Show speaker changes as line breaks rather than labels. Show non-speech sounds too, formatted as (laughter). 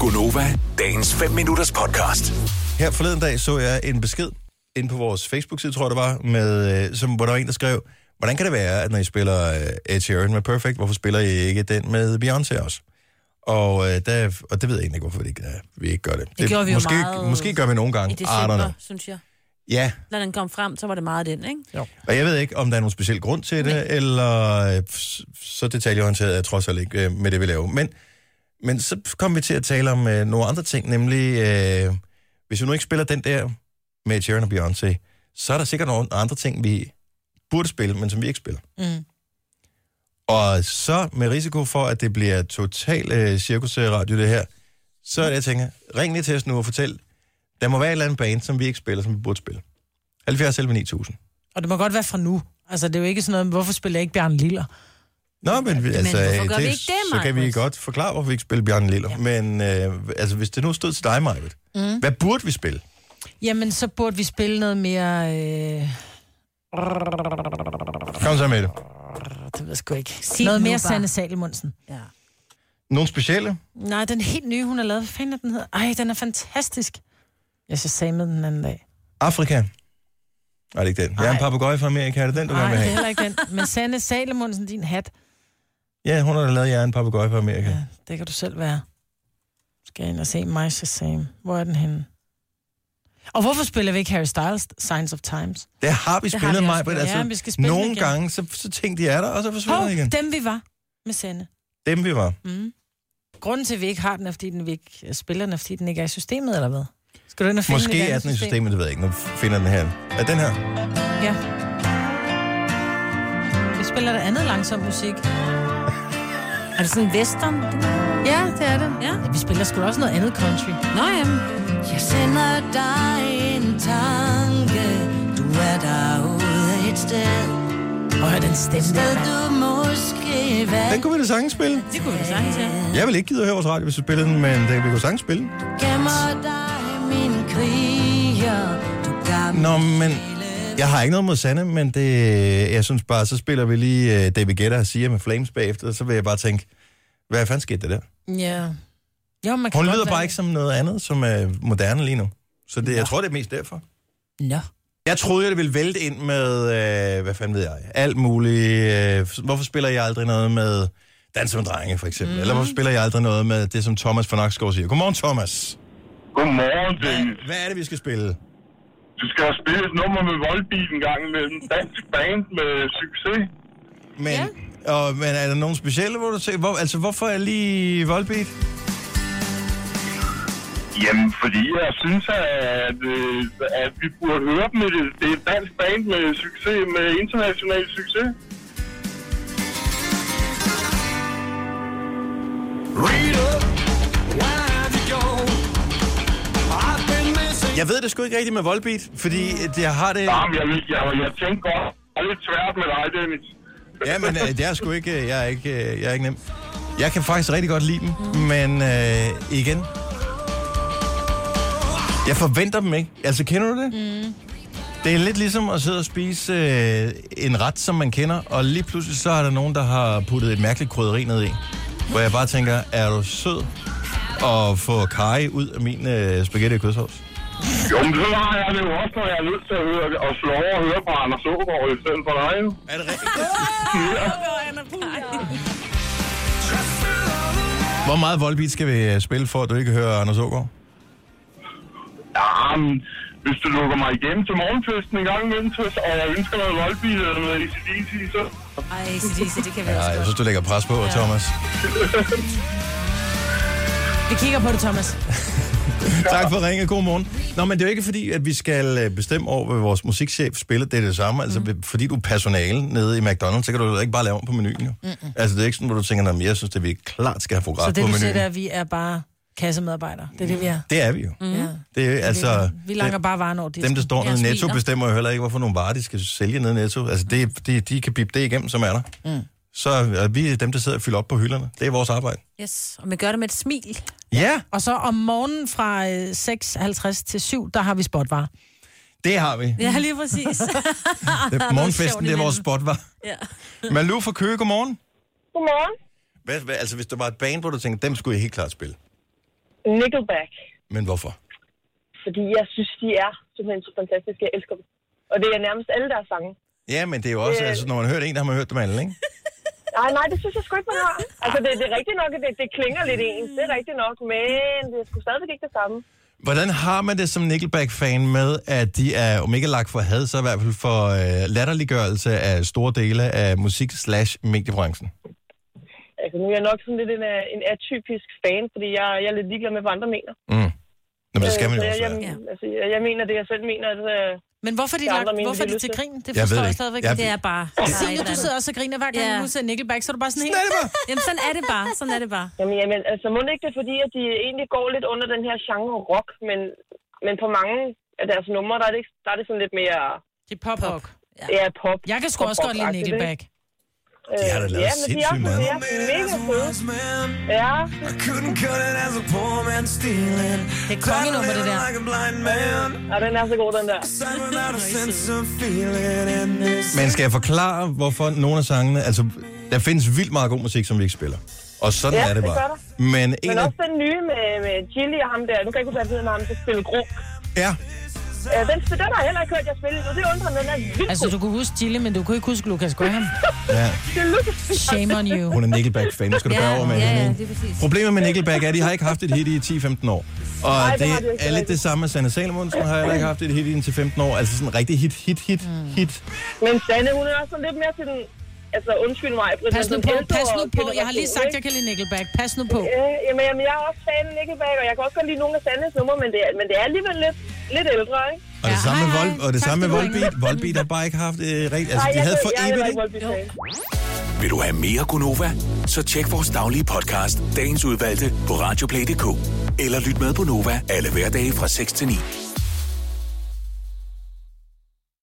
Gunova, dagens 5 minutters podcast.
Her forleden dag så jeg en besked ind på vores Facebook-side, tror jeg det var, med, øh, som, hvor der var en, der skrev, hvordan kan det være, at når I spiller øh, Ed Sheeran med Perfect, hvorfor spiller I ikke den med Beyoncé også? Og, øh, der, og det ved jeg egentlig ikke, hvorfor vi ikke, øh, vi ikke gør det.
Det gjorde vi jo
måske,
meget
Måske gør vi nogle gange.
I
I don't know.
december, synes jeg.
Ja,
Når den kom frem, så var det meget den, ikke? Jo.
og jeg ved ikke, om der er nogen speciel grund til det, Nej. eller øh, s- så detaljeorienteret er jeg trods alt ikke øh, med det, vi laver. Men, men så kom vi til at tale om øh, nogle andre ting, nemlig, øh, hvis vi nu ikke spiller den der med Sharon og Beyoncé, så er der sikkert nogle andre ting, vi burde spille, men som vi ikke spiller. Mm. Og så med risiko for, at det bliver total øh, cirkusradio det her, så er det, jeg tænker, ring lige til os nu og fortæl, der må være et eller andet band, som vi ikke spiller, som vi burde spille. 70 11 9000.
Og det må godt være fra nu. Altså, det er jo ikke sådan noget, hvorfor spiller jeg ikke Bjørn Liller?
Nå, men, vi- altså,
hvorfor
øh,
gør
det,
vi ikke det,
så kan vi
Marcus?
godt forklare, hvorfor vi ikke spiller Bjørn Liller. Ja. Men øh, altså, hvis det nu stod til dig, Marvitt, mm. hvad burde vi spille?
Jamen, så burde vi spille noget mere... Øh,
Kom så med det.
det ved jeg sgu ikke.
Sig
noget
den nu
mere
bare.
Sanne Salomonsen.
Ja.
Nogle specielle?
Nej, den helt nye, hun har lavet. Hvad fanden er den hedder? Ej, den er fantastisk. Jeg så sagde med den anden dag.
Afrika? Nej, det er ikke den. Jeg er en
Ej.
papegøje fra Amerika. Er det den, du
Nej,
gerne vil
det er
have?
heller ikke den. Men Sanne Salomonsen, din hat.
Ja, hun har da lavet, jeg er en papegøje fra Amerika. Ja.
Ja, det kan du selv være. Skal jeg ind og se mig, Shazam. Hvor er den henne? Og hvorfor spiller vi ikke Harry Styles' Signs of Times?
Det har vi
har
spillet,
vi også
mig, men
spillet.
altså,
Ja,
ja,
vi skal spille den
nogle
igen.
gange, så, så tænkte de er der, og så forsvinder
Hov,
oh, igen.
dem vi var med Sanne.
Dem vi var.
Mm.
Grunden til, at vi ikke har den, er, fordi den vi ikke spiller den, er, fordi den ikke er i systemet, eller hvad? Skal du ind og finde den
Måske
et
er
andet
den i
system?
systemet, det ved jeg ikke. Nu finder den her. Er den her?
Ja. Vi spiller der andet langsom musik.
Er det sådan en western?
Ja, det er det.
Ja.
Vi spiller sgu da også noget andet country.
Nå, jamen.
Jeg sender dig en tanke Du er derude et sted
Og hør den stemme der.
Sted
mand.
du måske
Den
valgte
kunne vi da sagtens spille.
Det kunne vi sagtens, ja.
Jeg vil ikke gide at høre vores radio, hvis vi spillede den, men det, vi kunne sagtens spille den.
Gemmer dig min kriger Du gammel
Nå, men jeg har ikke noget mod Sanne, men det, jeg synes bare, så spiller vi lige uh, David Guetta og Sia med Flames bagefter, så vil jeg bare tænke, hvad fanden skete der der?
Ja. Jo, man kan
Hun
godt
lyder
være-
bare ikke som noget andet, som er moderne lige nu. Så det, jeg tror, det er mest derfor.
Nå.
Jeg troede, det ville vælte ind med, øh, hvad fanden ved jeg, alt muligt. Øh, hvorfor spiller jeg aldrig noget med Dans med drenge, for eksempel? Mm. Eller hvorfor spiller jeg aldrig noget med det, som Thomas fra Nakskov siger? Godmorgen, Thomas.
Godmorgen, Dennis.
Hvad er det, vi skal spille?
Du skal jo spille et nummer med voldbil en gang imellem. Dansk band med succes.
Men, ja. og, men er der nogen specielle, hvor du tænker, hvor, altså hvorfor er lige Volbeat?
Jamen, fordi jeg synes, at, øh, at vi burde høre dem. Det, det er et dansk band med succes, med international succes.
Jeg ved det sgu ikke rigtigt med Volbeat, fordi at jeg har det...
Jamen, jeg, ved- jeg, jeg tænker godt. Det er lidt svært med dig, Dennis.
Ja, men øh, det er sgu ikke... øh, Jeg er ikke, øh, jeg er ikke nem. Jeg kan faktisk rigtig godt lide dem, men øh, igen... Jeg forventer dem ikke. Altså, kender du det? Mm. Det er lidt ligesom at sidde og spise øh, en ret, som man kender, og lige pludselig så er der nogen, der har puttet et mærkeligt krydderi ned i. Hvor jeg bare tænker, er du sød at få karry ud af min øh, spaghetti og kødsovs?
Jo, men så har jeg det jo også, når jeg er nødt til at høre det, og slå over og høre på Anders Ågaard i stedet for dig. jo.
Er det rigtigt? Hvor meget Volbeat skal vi øh, spille for, at du ikke hører Anders Ågaard?
Jamen, hvis du lukker mig igennem til morgenfesten en gang imellem, så- og jeg ønsker noget voldbil eller noget ACDC, så...
(laughs) Ej, så det, så det kan vi
Ja,
også
jeg
godt.
synes, du lægger pres på, ja. Thomas.
Vi kigger på det, Thomas.
Tak for at ringe. God morgen. Nå, men det er jo ikke fordi, at vi skal øh, bestemme over, hvad vores musikchef spiller. Det er det samme. Altså, mm. fordi du er personale nede i McDonald's, så kan du jo ikke bare lave om på menuen. Jo. Mm-mm. Altså, det er ikke sådan, hvor du tænker, "Nå, men jeg synes, at vi klart skal have
Så
program
det,
på
du
menuen.
siger, det er, at vi er bare kassemedarbejdere. Det er det, vi er.
Det er vi jo. Mm.
Ja.
Det er, altså,
Vi langer bare varen over
dem,
disken.
der står nede i
Jeg
Netto,
smiler.
bestemmer jo heller ikke, hvorfor nogle varer, de skal sælge nede i Netto. Altså, det, de, de kan bippe det igennem, som er der. Mm. Så er vi dem, der sidder og fylder op på hylderne. Det er vores arbejde.
Yes, og man gør det med et smil.
Ja,
Og så om morgenen fra øh, 6.50 til 7, der har vi spotvarer.
det har vi.
Ja, lige præcis.
Det,
sjovt
morgenfesten, det er vores spot,
imellem.
var.
ja.
(laughs) Malou fra Køge, godmorgen.
Godmorgen.
Hvad, hvad, altså, hvis der var et band, hvor du tænkte, dem skulle jeg helt klart spille.
Nickelback,
Men hvorfor?
fordi jeg synes, de er simpelthen så fantastiske. Jeg elsker dem. Og det er nærmest alle deres sange.
Ja, men det er jo også,
Øh.
altså, når man har hørt en, der har man hørt dem alle, ikke?
Nej, nej, det synes jeg sgu ikke, man har. Altså, det, det er rigtigt nok, at det, det klinger lidt ens. Det er rigtigt nok, men det er sgu stadigvæk ikke det samme.
Hvordan har man det som Nickelback-fan med, at de er, om ikke lagt for had, så i hvert fald for øh, latterliggørelse af store dele af musik slash mediebranchen?
Altså, nu er jeg nok sådan lidt en, øh, en atypisk fan, fordi jeg, jeg er lidt ligeglad med, hvad andre mener.
Nå, men det skal
Øh,
man jo
så
også
jeg,
være.
jeg, altså, jeg, jeg mener det, jeg selv mener. At, øh,
Men hvorfor er de,
Det er
lagt,
andre mine,
hvorfor er
de
de
har
til
lyst
grin? Det
Jeg ved
forstår jeg,
det ikke.
stadigvæk.
Jeg-
Jeg...
(laughs) Det er bare...
Signe,
Nej,
du
nej.
sidder også og griner, hver gang
Ja.
yeah. du ser Nickelback, så er du bare sådan helt...
Jamen, sådan er det bare. Sådan er det bare.
jamen, jamen, altså, må det ikke det er, fordi, at de egentlig går lidt under den her genre rock, men, men på mange af deres numre, der er det, ikke- der er det sådan lidt mere
(laughs) Det er pop rock.
ja, pop.
Jeg kan sgu også godt lide
pop-rock-agtigt,
Nickelback.
ikke?
De har da
Øh,
lavet
ja, men de
sindssygt
er også-
meget.
de er mega fede. Ja,
I couldn't cut it as a poor man stealing.
Det er kongenummer, det der.
Like a blind man,
(laughs) og den er så god, den der.
sight without a sense of feeling in this.
Men skal jeg forklare, hvorfor nogle af sangene... Altså, der findes vildt meget god musik, som vi ikke spiller. Og sådan
Ja,
er det
det
bare. Men en
Men
af...
også den nye med, med Chili og ham der. Nu kan jeg ikke huske, hvad han hedder, men ham, der spiller grunk.
Ja,
Øh, den, spil- den har jeg heller ikke hørt, jeg spille. Og det undrer mig, den er vildt
Altså, du kunne huske Chili, men du kunne ikke huske Lucas Graham.
ja.
Det er Lucas.
Shame on you.
Hun er Nickelback-fan. Nu skal du
Ja,
bare over med
ja,
hende,
ja,
ikke?
det er præcis.
Problemet med Nickelback er, at de har ikke haft et hit i 10-15 år. Og
Nej,
Ej,
det
det,
har de ikke
er lidt
rigtig.
det samme med Sanne Salomonsen, har heller ikke haft et hit i indtil 15 år. Altså sådan en rigtig hit, hit, hit,
Mm.
hit.
Men Sanne, hun er også sådan lidt mere til den... Altså, undskyld mig, Britt.
Pas nu på, pas nu på. Jeg har lige sagt, at jeg kan lide Nickelback. Pas nu på.
Ja, Øh, jamen, jamen, jeg er også fan af Nickelback, og jeg kan også godt lide nogle af Sandes numre, men det er, men det er alligevel lidt, lidt ældre, ikke?
Og det
Ja,
samme med
hej,
Vol-
hej.
og det
Tak
samme med
skal du ringe.
Volbeat. Volbeat har bare ikke haft øh, rigtigt. Altså, de
jeg,
havde
ved-
for
jeg er
evigt,
heller
ikke?
ikke Volbeat-fan.
Vil du have mere Gunova? Så tjek vores daglige podcast, dagens udvalgte, på radioplay.dk. Eller lyt med på Nova alle hverdage fra 6 til 9.